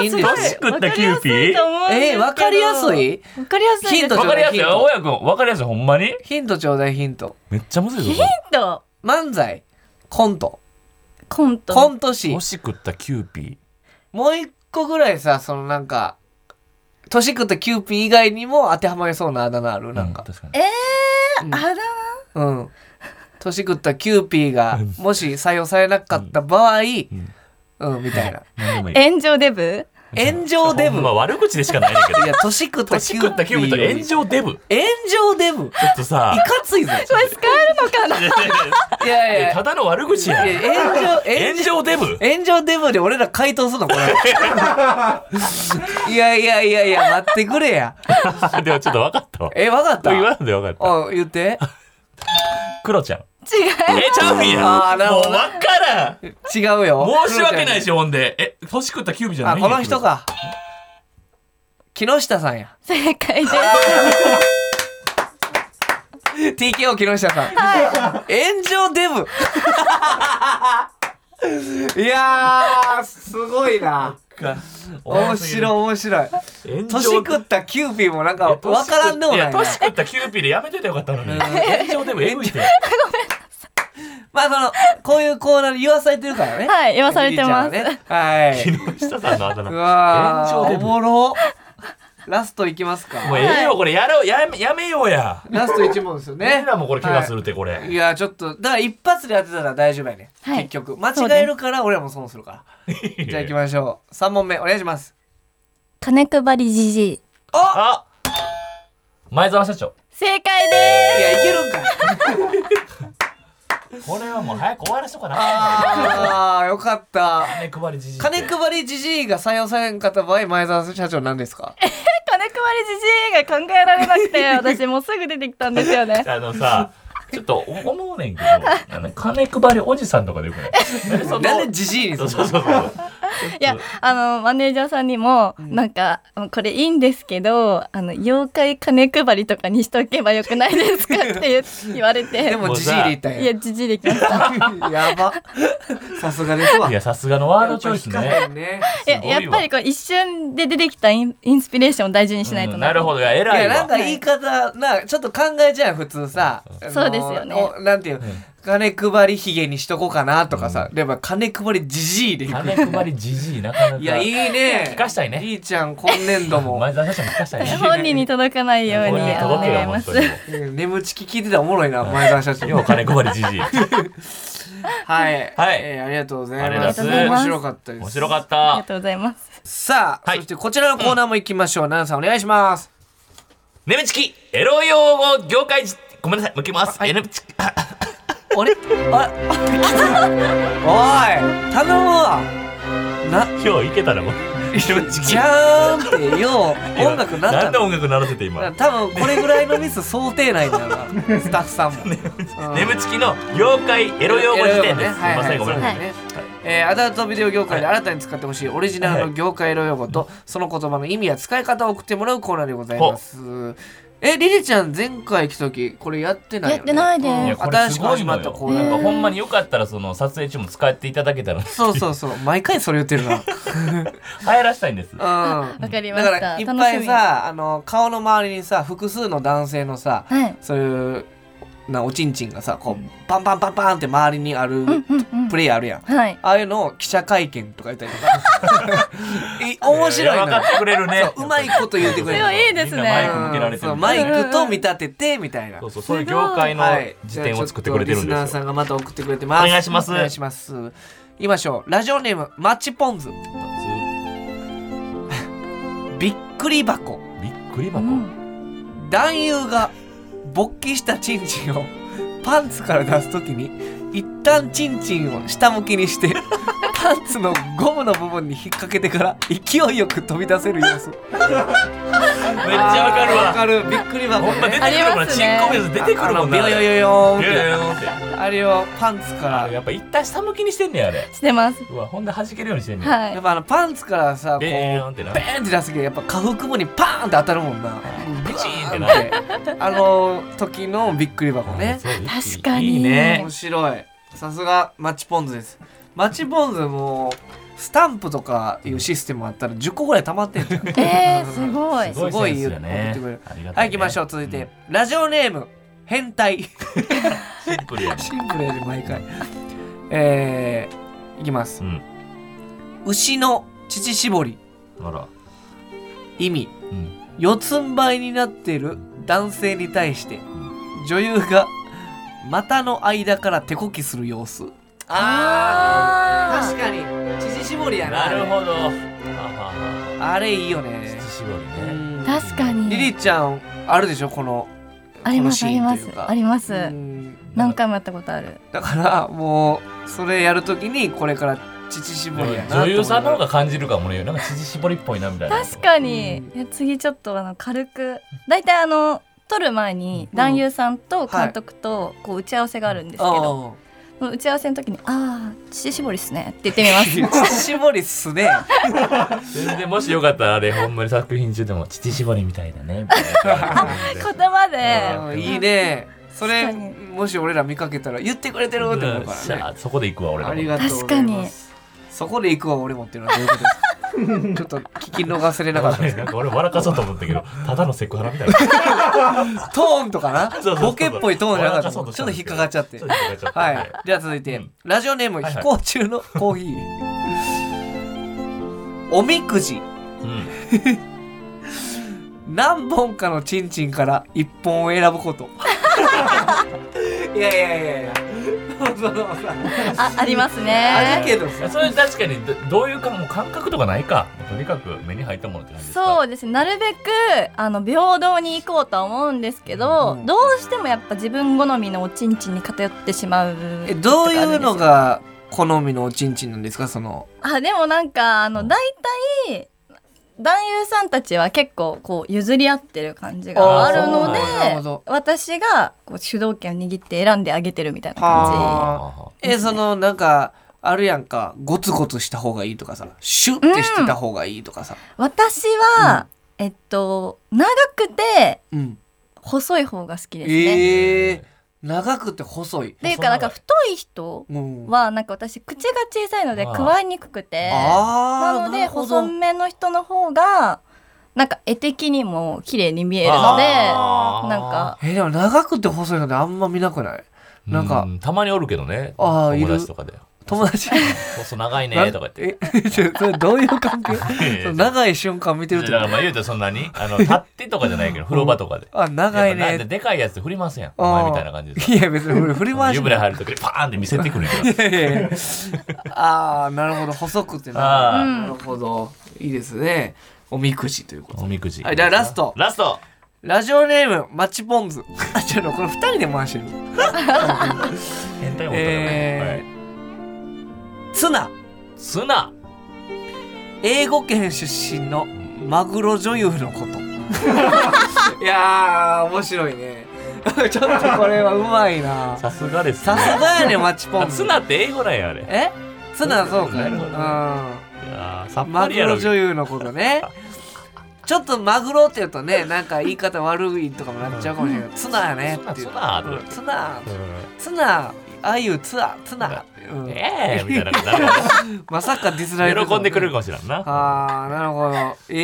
[SPEAKER 2] 芸人で
[SPEAKER 3] 楽し
[SPEAKER 2] す。
[SPEAKER 3] くったキューピー
[SPEAKER 2] えー、わかりやすい
[SPEAKER 5] わかりやすいです
[SPEAKER 2] ヒント
[SPEAKER 3] わ
[SPEAKER 2] ちょう
[SPEAKER 3] か
[SPEAKER 2] だ
[SPEAKER 3] り
[SPEAKER 2] い
[SPEAKER 3] やすいよ大家君わかりやすいほんまに
[SPEAKER 2] ヒントちょうだい、ヒント。
[SPEAKER 3] めっちゃむずいぞ
[SPEAKER 5] ヒント
[SPEAKER 2] 漫才、コント、
[SPEAKER 5] コント
[SPEAKER 2] コント師
[SPEAKER 3] も。し食ったキューピー
[SPEAKER 2] もう一個ぐらいさ、そのなんか、年食ったキューピー以外にも当てはまりそうなあだ名あるなんか
[SPEAKER 3] う。確かに
[SPEAKER 5] えー、
[SPEAKER 2] うん
[SPEAKER 5] あだ
[SPEAKER 2] うん。年食ったキューピーが、もし採用されなかった場合、
[SPEAKER 3] ん
[SPEAKER 2] うん、みた いな。
[SPEAKER 3] 何でもいい
[SPEAKER 5] 炎上デブ
[SPEAKER 2] 炎上デ
[SPEAKER 3] ほ
[SPEAKER 2] ブ
[SPEAKER 3] んま。悪口でしかない ねんけど
[SPEAKER 2] いや、年食った
[SPEAKER 3] 年
[SPEAKER 2] キュ
[SPEAKER 3] 食っ
[SPEAKER 2] ー
[SPEAKER 3] た
[SPEAKER 2] ピ
[SPEAKER 3] キューピーと
[SPEAKER 2] ー。
[SPEAKER 3] 炎上デブちょ
[SPEAKER 2] 炎上デブ。い
[SPEAKER 3] っとさ
[SPEAKER 2] かついぞ。
[SPEAKER 5] これ使えるのかない
[SPEAKER 2] やいや。
[SPEAKER 3] ただの悪口やん
[SPEAKER 2] いや炎上、
[SPEAKER 3] 炎上デブ
[SPEAKER 2] 炎上デブで俺ら回答する のこれ。いやいやいやいや、待ってくれや。
[SPEAKER 3] でもちょっと分かったわ
[SPEAKER 2] え、わかった
[SPEAKER 3] 言わんで分かった
[SPEAKER 2] お言って。
[SPEAKER 3] クロちゃんえ
[SPEAKER 5] 違う
[SPEAKER 3] ちゃうんや
[SPEAKER 2] あーなる
[SPEAKER 3] も
[SPEAKER 2] ほど
[SPEAKER 3] う分からん
[SPEAKER 2] 違うよ。
[SPEAKER 3] 申し訳ないしほんでえ年食ったキューピーじゃな
[SPEAKER 2] あ、
[SPEAKER 3] いんや
[SPEAKER 2] この人か。木下さんや。
[SPEAKER 5] 正解です
[SPEAKER 2] TKO 木下さん。炎上デブ。 いやー、すごいな。
[SPEAKER 3] か
[SPEAKER 2] 面白い面白い。
[SPEAKER 3] い
[SPEAKER 2] 年食ったキューピーもなんかわからんでもない
[SPEAKER 3] や
[SPEAKER 2] な
[SPEAKER 3] 年食ったキューピーでやめといてよかったのに
[SPEAKER 2] うん
[SPEAKER 3] 炎上デブえぐいって
[SPEAKER 2] まあそのこういうコーナーで言わされてるからね
[SPEAKER 5] はい言わされてます
[SPEAKER 2] リリーちゃんはねは い
[SPEAKER 3] 木下さんのあだ名
[SPEAKER 2] うわー
[SPEAKER 3] 炎上デ
[SPEAKER 2] お
[SPEAKER 3] ブ
[SPEAKER 2] もろラストいきますか
[SPEAKER 3] もうええよこれやろうやめやめようや
[SPEAKER 2] ラスト一問ですよ
[SPEAKER 3] 俺
[SPEAKER 2] ね
[SPEAKER 3] らもこれ怪我するってこれ
[SPEAKER 2] いやちょっとだから一発で当てたら大丈夫やね、
[SPEAKER 5] はい
[SPEAKER 2] 結局間違えるから俺らも損するからじゃあ行きましょう3問目お願いします
[SPEAKER 5] 金配りじじい
[SPEAKER 3] あ前澤社長
[SPEAKER 5] 正解
[SPEAKER 2] い
[SPEAKER 5] で
[SPEAKER 2] やいけるんかい
[SPEAKER 3] これはもう早く終わらしとかな
[SPEAKER 2] あーよかった
[SPEAKER 3] 金配りじじいって
[SPEAKER 2] 金配りじじいが採用されんかった場合前澤社長なんですか
[SPEAKER 5] す金配りじじいが考えられなくて私もうすぐ出てきたんですよね
[SPEAKER 3] あのさ、ちょっと思うねんけど、あの金配りおじさんとかでよくないなん でそんな
[SPEAKER 2] なんでじじいにす
[SPEAKER 3] そ
[SPEAKER 2] る
[SPEAKER 3] う
[SPEAKER 2] の
[SPEAKER 3] そうそうそう。
[SPEAKER 5] いやあのマネージャーさんにも、なんかもうこれいいんですけどあの妖怪金配りとかにしとけばよくないですかって言う言われて
[SPEAKER 2] でもじじいで言ったん
[SPEAKER 5] い
[SPEAKER 2] や
[SPEAKER 5] やじじいできました
[SPEAKER 2] やばさすがですわ
[SPEAKER 3] いや、さすがのワードチョイスね。
[SPEAKER 2] ね
[SPEAKER 5] いや
[SPEAKER 3] すごいわ
[SPEAKER 5] やっぱりこう一瞬で出てきたインインスピレーションを大事にしないと
[SPEAKER 3] うん
[SPEAKER 5] な
[SPEAKER 3] なるほど、いや
[SPEAKER 2] い
[SPEAKER 3] 偉い
[SPEAKER 2] やなん
[SPEAKER 3] わ。
[SPEAKER 2] か言い方なちょっと考えちゃう普通さあの
[SPEAKER 5] そうですよね
[SPEAKER 2] おなんていう金配りひげにしとこうかなとかさでも金配りじじいでいく
[SPEAKER 3] 金配りじじいなかなか。
[SPEAKER 2] いやいいね
[SPEAKER 3] 聞かしたいね
[SPEAKER 2] じいちゃん今年度 も
[SPEAKER 3] 前澤社長も聞かしたいね。
[SPEAKER 5] 本人に届かないようにお
[SPEAKER 3] 本人に届けよ、
[SPEAKER 5] 願いしま
[SPEAKER 3] 本
[SPEAKER 5] す
[SPEAKER 3] 当に。
[SPEAKER 2] うん眠ちき聞いてたらおもろいな前澤社長
[SPEAKER 3] よう金配りじじい。
[SPEAKER 2] はい
[SPEAKER 3] はい
[SPEAKER 2] えーありがとうござ
[SPEAKER 3] あ
[SPEAKER 2] い
[SPEAKER 3] り
[SPEAKER 2] ま
[SPEAKER 3] が
[SPEAKER 2] す
[SPEAKER 3] とうござい
[SPEAKER 2] 面
[SPEAKER 5] ます
[SPEAKER 2] 白かったです
[SPEAKER 3] 面白かっ
[SPEAKER 5] ありが
[SPEAKER 3] た。
[SPEAKER 5] とうございます
[SPEAKER 2] さあ
[SPEAKER 3] はい
[SPEAKER 2] そしてこちらのコーナーも行きましょうナンさんお願いします
[SPEAKER 3] ねむちき、エロ用語業界じ、ごめんなさい、向きます。ねむちき、あ
[SPEAKER 2] あれあおい頼むわな
[SPEAKER 3] 今日いけたらもう正直
[SPEAKER 2] じゃーんってよう音楽な
[SPEAKER 3] な
[SPEAKER 2] った
[SPEAKER 3] んで
[SPEAKER 2] の
[SPEAKER 3] 音楽鳴らせて
[SPEAKER 2] だから
[SPEAKER 3] 今
[SPEAKER 2] 多分これぐらいのミス想定内だよな スタッフさんもうん
[SPEAKER 3] 眠ちきの妖怪エロ用語辞典です
[SPEAKER 2] エロ用語ね
[SPEAKER 3] すい
[SPEAKER 2] はい
[SPEAKER 3] ま
[SPEAKER 2] は
[SPEAKER 3] せ
[SPEAKER 2] い
[SPEAKER 3] んごめんなさい
[SPEAKER 2] そうですねえーアダルトビデオ業界で新たに使ってほしいオリジナルの業界エロ用語とその言葉の意味や使い方を送ってもらうコーナーでございますえリリちゃん前回来た時これやってないよね
[SPEAKER 5] やってないです
[SPEAKER 2] うん
[SPEAKER 5] い
[SPEAKER 3] やこれ
[SPEAKER 2] 新し
[SPEAKER 3] す
[SPEAKER 2] く
[SPEAKER 3] ご
[SPEAKER 2] 始
[SPEAKER 3] いの
[SPEAKER 2] まっ
[SPEAKER 3] よ
[SPEAKER 2] たコーナ
[SPEAKER 3] な
[SPEAKER 2] ー
[SPEAKER 3] ん
[SPEAKER 2] が
[SPEAKER 3] かほんまによかったらその撮影中も使っていただけたら流
[SPEAKER 2] そうそうそう毎回それ言ってるな
[SPEAKER 3] 行らしたいんです
[SPEAKER 2] うん
[SPEAKER 5] わかりま
[SPEAKER 2] だ
[SPEAKER 5] した
[SPEAKER 2] からいっぱい
[SPEAKER 5] 楽し
[SPEAKER 2] さあの顔の周りにさ複数の男性のさ
[SPEAKER 5] みはい
[SPEAKER 2] そういうなおちんちんがさこうパンパンパンパンって周りにある
[SPEAKER 5] うんうんうん
[SPEAKER 2] プレイあるやん、
[SPEAKER 5] はい
[SPEAKER 2] ああいうのを記者会見とか言ったりと かい面白いの
[SPEAKER 3] 分か
[SPEAKER 2] よ
[SPEAKER 3] ってくれるね
[SPEAKER 2] そううまいこと言ってくれる
[SPEAKER 5] それはいいですね
[SPEAKER 3] みんなマイク向けられて
[SPEAKER 2] そう
[SPEAKER 3] る
[SPEAKER 2] マイクと見立ててみたいな
[SPEAKER 3] そうそうそういう業界の
[SPEAKER 2] はい
[SPEAKER 3] 辞典を作ってくれてるん
[SPEAKER 2] じゃあ
[SPEAKER 3] で
[SPEAKER 2] ち
[SPEAKER 3] す
[SPEAKER 2] ょっとリスナーさ
[SPEAKER 3] よ
[SPEAKER 2] んがまた送ってくれてます
[SPEAKER 3] お願いします
[SPEAKER 2] お願いします言いましょうラジオネームマッチポンズびっくり箱
[SPEAKER 3] びっくり箱
[SPEAKER 2] 男優が勃起したチンチンをパンツから出すときに一旦チンチンを下向きにしてパンツのゴムの部分に引っ掛けてから勢いよく飛び出せる様子めっ
[SPEAKER 3] めっちゃわかる
[SPEAKER 2] わ
[SPEAKER 3] わ
[SPEAKER 2] かるびっくり箱、ね、
[SPEAKER 3] ほんま出てくるも
[SPEAKER 5] あ
[SPEAKER 3] ん
[SPEAKER 5] り
[SPEAKER 3] な
[SPEAKER 5] ます
[SPEAKER 3] チン
[SPEAKER 5] ね
[SPEAKER 3] コ水出てくるもんな
[SPEAKER 2] あのビヨヨ
[SPEAKER 3] い
[SPEAKER 2] ヨヨーンっ
[SPEAKER 3] やいやい
[SPEAKER 2] て
[SPEAKER 3] やって
[SPEAKER 2] あれをパンツか
[SPEAKER 3] あ
[SPEAKER 2] ら
[SPEAKER 3] れ
[SPEAKER 2] や
[SPEAKER 3] やっぱ一旦下向きにしてんねやあれ
[SPEAKER 5] してます
[SPEAKER 3] うわほんで弾けるようにしてんねや
[SPEAKER 5] は
[SPEAKER 2] っ
[SPEAKER 5] い
[SPEAKER 2] ぱあのパンツからさこう
[SPEAKER 3] ベ
[SPEAKER 2] ベ
[SPEAKER 3] ーンってな
[SPEAKER 2] ーンって出すけどやっぱ下腹部にパーンって当たるもんな
[SPEAKER 3] ブチーンってな
[SPEAKER 2] ってあの時のびっくり箱ね
[SPEAKER 5] 確かに
[SPEAKER 3] いいね
[SPEAKER 2] 面白いさすがマッチポンズですマッチポンズもスタンプとかいうシステムあったら10個ぐらい溜まってんじゃん
[SPEAKER 5] えー、すごい
[SPEAKER 2] すごい
[SPEAKER 3] センスやね
[SPEAKER 2] 送ってくれる
[SPEAKER 3] ありがた
[SPEAKER 2] はいい
[SPEAKER 3] ね
[SPEAKER 2] 行きましょう続いて、ラジオネーム変態
[SPEAKER 3] シンプルやね
[SPEAKER 2] シンプルやね毎回えー、いきます
[SPEAKER 3] うん
[SPEAKER 2] 牛の乳搾り
[SPEAKER 3] あら
[SPEAKER 2] 意味
[SPEAKER 3] うん
[SPEAKER 2] 四つん這いになっている男性に対して女優が股の間から手こきする様子
[SPEAKER 5] あ
[SPEAKER 2] 確かに乳搾りやな
[SPEAKER 3] なるほどははは
[SPEAKER 2] あれいいよ
[SPEAKER 3] は
[SPEAKER 2] ね
[SPEAKER 3] 乳搾りね
[SPEAKER 5] ー確かに
[SPEAKER 2] リリちゃんあるでしょこの
[SPEAKER 5] あります
[SPEAKER 2] こ
[SPEAKER 5] あ
[SPEAKER 2] のシ
[SPEAKER 5] り
[SPEAKER 2] ーン
[SPEAKER 5] ま
[SPEAKER 2] とい
[SPEAKER 5] す
[SPEAKER 2] うか
[SPEAKER 5] あります
[SPEAKER 2] うん
[SPEAKER 5] 何回もやったことある
[SPEAKER 2] だからもうそれやるときにこれから乳搾りやなと思
[SPEAKER 3] 女
[SPEAKER 2] う
[SPEAKER 3] 優さんの方が感じるかもねなんか乳搾りっぽいなみたいな
[SPEAKER 5] 確かに、いや次ちょっとあの軽く大体あの撮る前に男優さんと監督とこう打ち合わせがあるんですけど、
[SPEAKER 2] うん
[SPEAKER 5] その打ち合わせの時に「ああ乳搾りっすね」って言ってみ ます。
[SPEAKER 2] 乳搾りっすね
[SPEAKER 3] 全然もしよかったらあれほんまに作品中でも乳絞りみたいだねみたいな
[SPEAKER 5] 言葉で
[SPEAKER 2] うんいいねそれ
[SPEAKER 5] 確かに
[SPEAKER 2] もし俺ら見かけたら言ってくれてるって思うか
[SPEAKER 3] じ
[SPEAKER 2] らね
[SPEAKER 3] ゃあそこで行くわ俺ら
[SPEAKER 2] あり
[SPEAKER 3] も
[SPEAKER 2] がとうございますそこで行くわ俺もっていうのはどういう ことですかちょっと聞き逃せれなかったです
[SPEAKER 3] なんか俺笑かそうと思ったけどただのセクハラみたいな
[SPEAKER 2] トーンとかな
[SPEAKER 3] そうそうそう
[SPEAKER 2] ボケっぽいトーンじゃなかったちょっ
[SPEAKER 3] 笑かそうとしたん
[SPEAKER 2] と
[SPEAKER 3] です
[SPEAKER 2] 引っ
[SPEAKER 3] け
[SPEAKER 2] か
[SPEAKER 3] ど
[SPEAKER 2] かっちゃって
[SPEAKER 3] そうですねちょっと
[SPEAKER 2] はい、では続いて、
[SPEAKER 3] うん
[SPEAKER 2] ラジオネーム
[SPEAKER 3] はいはい
[SPEAKER 2] 飛行中のコーヒー、おみくじ
[SPEAKER 3] うん
[SPEAKER 2] 何本かのチンチンから一本を選ぶこといやいやいやいやそのさ
[SPEAKER 5] ああります
[SPEAKER 2] ある
[SPEAKER 5] ね。
[SPEAKER 2] けど
[SPEAKER 3] いや
[SPEAKER 2] さ
[SPEAKER 3] それ確かにどどういうかもう感覚とかないかもうとにかく目に入ったものって感じですか
[SPEAKER 5] そううですねなるべくあの平等に行こうとは思うんですけど、
[SPEAKER 2] うん
[SPEAKER 5] どうしてもやっぱ自分好みのおちんちんに偏ってしまう
[SPEAKER 2] えどういうのが好みのおちんちんなんですかその
[SPEAKER 5] あでもなんかあの大体男優さんたちは結構こう譲り合ってる感じがあるので
[SPEAKER 2] あーそうなるほど
[SPEAKER 5] 私がこう主導権を握って選んであげてるみたいな
[SPEAKER 2] は
[SPEAKER 5] 感
[SPEAKER 3] あ
[SPEAKER 2] えそのなんかあるやんかゴツゴツした方がいいとかさシュッてしてた方がいいとかさ、
[SPEAKER 5] じ私は、えっと長くて
[SPEAKER 2] うん、
[SPEAKER 5] 細い方が好きですね。
[SPEAKER 2] ええー、長くて細い
[SPEAKER 5] っていうかなんか太い人
[SPEAKER 2] うん
[SPEAKER 5] はなんか私口が小さいので
[SPEAKER 3] あー
[SPEAKER 5] くわえにくくて
[SPEAKER 2] あー
[SPEAKER 5] なの
[SPEAKER 2] な
[SPEAKER 5] で
[SPEAKER 2] るほど
[SPEAKER 5] 細めの人の方がなんか絵的にも綺麗に見えるので
[SPEAKER 3] あー
[SPEAKER 5] なんか
[SPEAKER 2] えでも長くて細いのであんま見なくないなんか
[SPEAKER 3] うたまにおるけどね
[SPEAKER 2] あーいる
[SPEAKER 3] 友達とかで
[SPEAKER 2] 友達
[SPEAKER 3] 細長いね
[SPEAKER 2] なん
[SPEAKER 3] とか言って
[SPEAKER 2] え ちょそれどういう関 係
[SPEAKER 3] や
[SPEAKER 2] その長い瞬間見てるっ
[SPEAKER 3] だ
[SPEAKER 2] て
[SPEAKER 3] か
[SPEAKER 2] こ
[SPEAKER 3] らまあ言うとそんなにあの立ってとかじゃないけど風呂場とかで
[SPEAKER 2] とあ長い
[SPEAKER 3] やっぱなんで
[SPEAKER 2] ね
[SPEAKER 3] でかいやつ振りますやん
[SPEAKER 2] あ
[SPEAKER 3] お前みたいな感じで
[SPEAKER 2] いや別に俺振り回し
[SPEAKER 3] 湯船入るときにパーンって見せてくるけど
[SPEAKER 2] いやいやいやああなるほど細くてな
[SPEAKER 3] あー
[SPEAKER 2] なるほどいいですねおみくじということ
[SPEAKER 3] おみくじ
[SPEAKER 2] はいじゃあラスト
[SPEAKER 3] ラスト
[SPEAKER 2] ラジオネームマッチポンズあちょっとこれ二人で回してる
[SPEAKER 3] 変態もったからね
[SPEAKER 2] えーツナ
[SPEAKER 3] はいツナ
[SPEAKER 2] 英語圏出身のマグロ女優のこと いやー面白いね ちょっとこれはうまいな
[SPEAKER 3] さすがです
[SPEAKER 2] さすがやねマッチポ
[SPEAKER 3] あ
[SPEAKER 2] ン
[SPEAKER 3] ツナって英語なんやあれ
[SPEAKER 2] えツナそうか
[SPEAKER 3] ないるほどいやーさ
[SPEAKER 2] う
[SPEAKER 3] っ
[SPEAKER 2] ん
[SPEAKER 3] ぱ
[SPEAKER 2] マ
[SPEAKER 3] り
[SPEAKER 2] グ
[SPEAKER 3] やろ
[SPEAKER 2] ロ女優のことねちょっとマグロって言うとねなんか言い方悪いとかもなっちゃうかもしれないけどツナやねっていう
[SPEAKER 3] ツナ
[SPEAKER 2] ツ
[SPEAKER 3] ツナ
[SPEAKER 2] ナ
[SPEAKER 3] うん
[SPEAKER 2] ツナあゆツアツナうん
[SPEAKER 3] ええみたいな感じになる
[SPEAKER 2] まさかディスられ
[SPEAKER 3] から
[SPEAKER 2] る
[SPEAKER 3] 喜んでくれる
[SPEAKER 2] か
[SPEAKER 3] かもしれんな
[SPEAKER 2] あーなるほどえ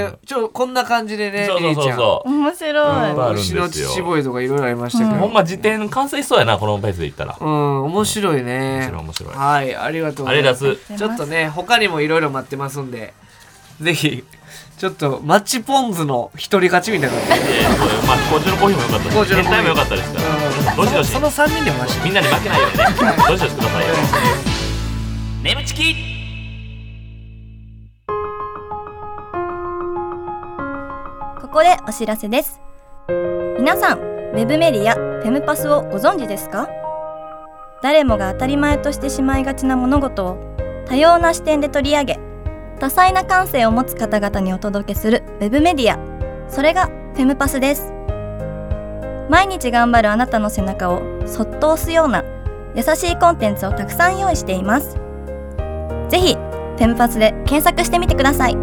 [SPEAKER 2] えちょこんな感じでね
[SPEAKER 3] そうそうそうそう
[SPEAKER 5] 面白
[SPEAKER 3] いっ
[SPEAKER 5] い
[SPEAKER 3] ぱいあるんです
[SPEAKER 2] 牛
[SPEAKER 3] よ
[SPEAKER 2] の父ボーイとかいろいろありましたけど、
[SPEAKER 3] ほんま辞典完成しそうやなこのペースでいったら
[SPEAKER 2] うん面白い
[SPEAKER 3] 面
[SPEAKER 2] ね
[SPEAKER 3] 白い面白いあ
[SPEAKER 2] はいありがとうござ
[SPEAKER 3] り
[SPEAKER 2] い
[SPEAKER 3] が
[SPEAKER 2] ま
[SPEAKER 3] とうござい
[SPEAKER 2] す
[SPEAKER 3] ます
[SPEAKER 2] ちょっとね他にもいろいろ待ってますんでぜひちょっとマッチポンズの独り勝ちみたいな感じで
[SPEAKER 3] えーこれまあ今週のコーヒーも良かった
[SPEAKER 2] 今
[SPEAKER 3] で
[SPEAKER 2] 週
[SPEAKER 3] す
[SPEAKER 2] のコーヒ
[SPEAKER 3] 変
[SPEAKER 2] ー
[SPEAKER 3] 態も良かったですからどしどし
[SPEAKER 2] その3人で回して
[SPEAKER 3] みんなに負けないようにねどしどしくださいよ眠ちき
[SPEAKER 5] ここでお知らせです皆さんウェブメディアフェムパスをご存知ですか誰もが当たり前としてしまいがちな物事を多様な視点で取り上げ多彩な感性を持つ方々にお届けするウェブメディアそれがフェムパスです毎日頑張るあなたの背中をそっと押すような優しいコンテンツをたくさん用意していますぜひフェムパスで検索してみてください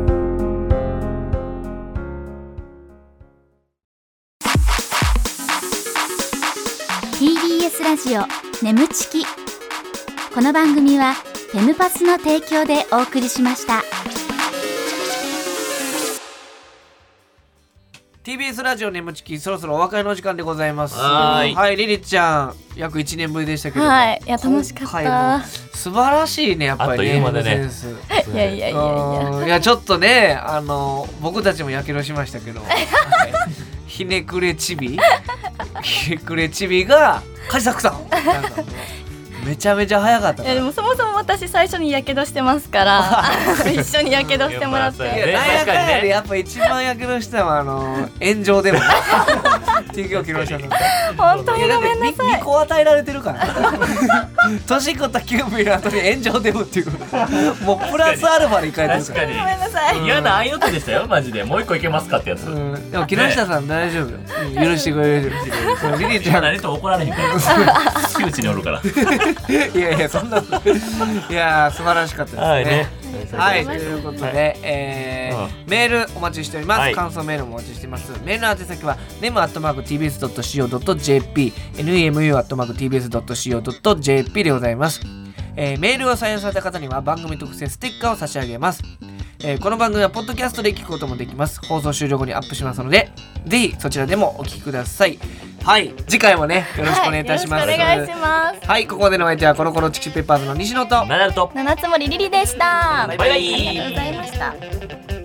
[SPEAKER 4] TBS ラジオ眠ちきこの番組はフェムパスの提供でお送りしました
[SPEAKER 2] TBS ラジオ眠ちきそろそろお別れの時間でございます
[SPEAKER 3] はーい
[SPEAKER 2] はいリリちゃん約1年ぶりでしたけども
[SPEAKER 5] はいいや楽しかった
[SPEAKER 2] 今回も素晴らしいねやっぱりね
[SPEAKER 3] あっという間で
[SPEAKER 2] セ
[SPEAKER 3] ね
[SPEAKER 2] ンス
[SPEAKER 5] いやいやいやいや
[SPEAKER 2] うんいやちょっとねあの僕たちもやけどしました けど、はいひねくれちびひねくれちびがカジサクさんなんかもうめちゃめちゃ早かった
[SPEAKER 5] い
[SPEAKER 2] か
[SPEAKER 5] や
[SPEAKER 2] ら
[SPEAKER 5] でもそもそも私最初にやけどしてますから 一緒にやけどしてもらっ
[SPEAKER 3] や
[SPEAKER 2] いや
[SPEAKER 5] て
[SPEAKER 3] ね
[SPEAKER 2] なんやかん
[SPEAKER 3] 確か
[SPEAKER 2] や
[SPEAKER 3] にね
[SPEAKER 2] でやっぱ一番やけどしたのはあの炎上でも TKO 木下さん
[SPEAKER 5] 本当
[SPEAKER 2] いや
[SPEAKER 5] に
[SPEAKER 2] だ
[SPEAKER 5] ご
[SPEAKER 2] って
[SPEAKER 5] めんな
[SPEAKER 2] み
[SPEAKER 5] さ
[SPEAKER 2] 2
[SPEAKER 5] い
[SPEAKER 2] 個与えられてるから年食ったキューピーの後に炎上デブっていうもうプラスアルファでいかれてる
[SPEAKER 3] 確
[SPEAKER 2] から
[SPEAKER 3] かに
[SPEAKER 5] ごめんなさい
[SPEAKER 3] 嫌な相手でしたよマジでもう一個いけますかってやつ
[SPEAKER 2] うん、でも木下さん大丈夫よ、うん 許してくれるそうリリちゃん
[SPEAKER 3] 何とも怒られ へんから窮地におるか
[SPEAKER 2] い
[SPEAKER 3] ら
[SPEAKER 2] やいやそんないやー素晴らしかったですね。
[SPEAKER 3] はいね
[SPEAKER 2] はいということで、えーメールお待ちしております、
[SPEAKER 3] はい
[SPEAKER 2] 感想メールもお待ちしていますメールの宛先は nemu.tbs.co.jp nemu.tbs.co.jp でございます、えーメールを採用された方には番組特製ステッカーを差し上げますえーこの番組はポッドキャストで聞くこともできます放送終了後にアップしますのでぜひそちらでもお聞きくださいはい次回もねよろしくお願いいたします、
[SPEAKER 5] はい、よろしくお願いします
[SPEAKER 2] はい、ここまでのお相手はコロコロチキチキペッパーズの西野と
[SPEAKER 3] ナダルと
[SPEAKER 5] 七つ森りりでした
[SPEAKER 3] バイバイ
[SPEAKER 5] ありがとうございました
[SPEAKER 2] バイバイ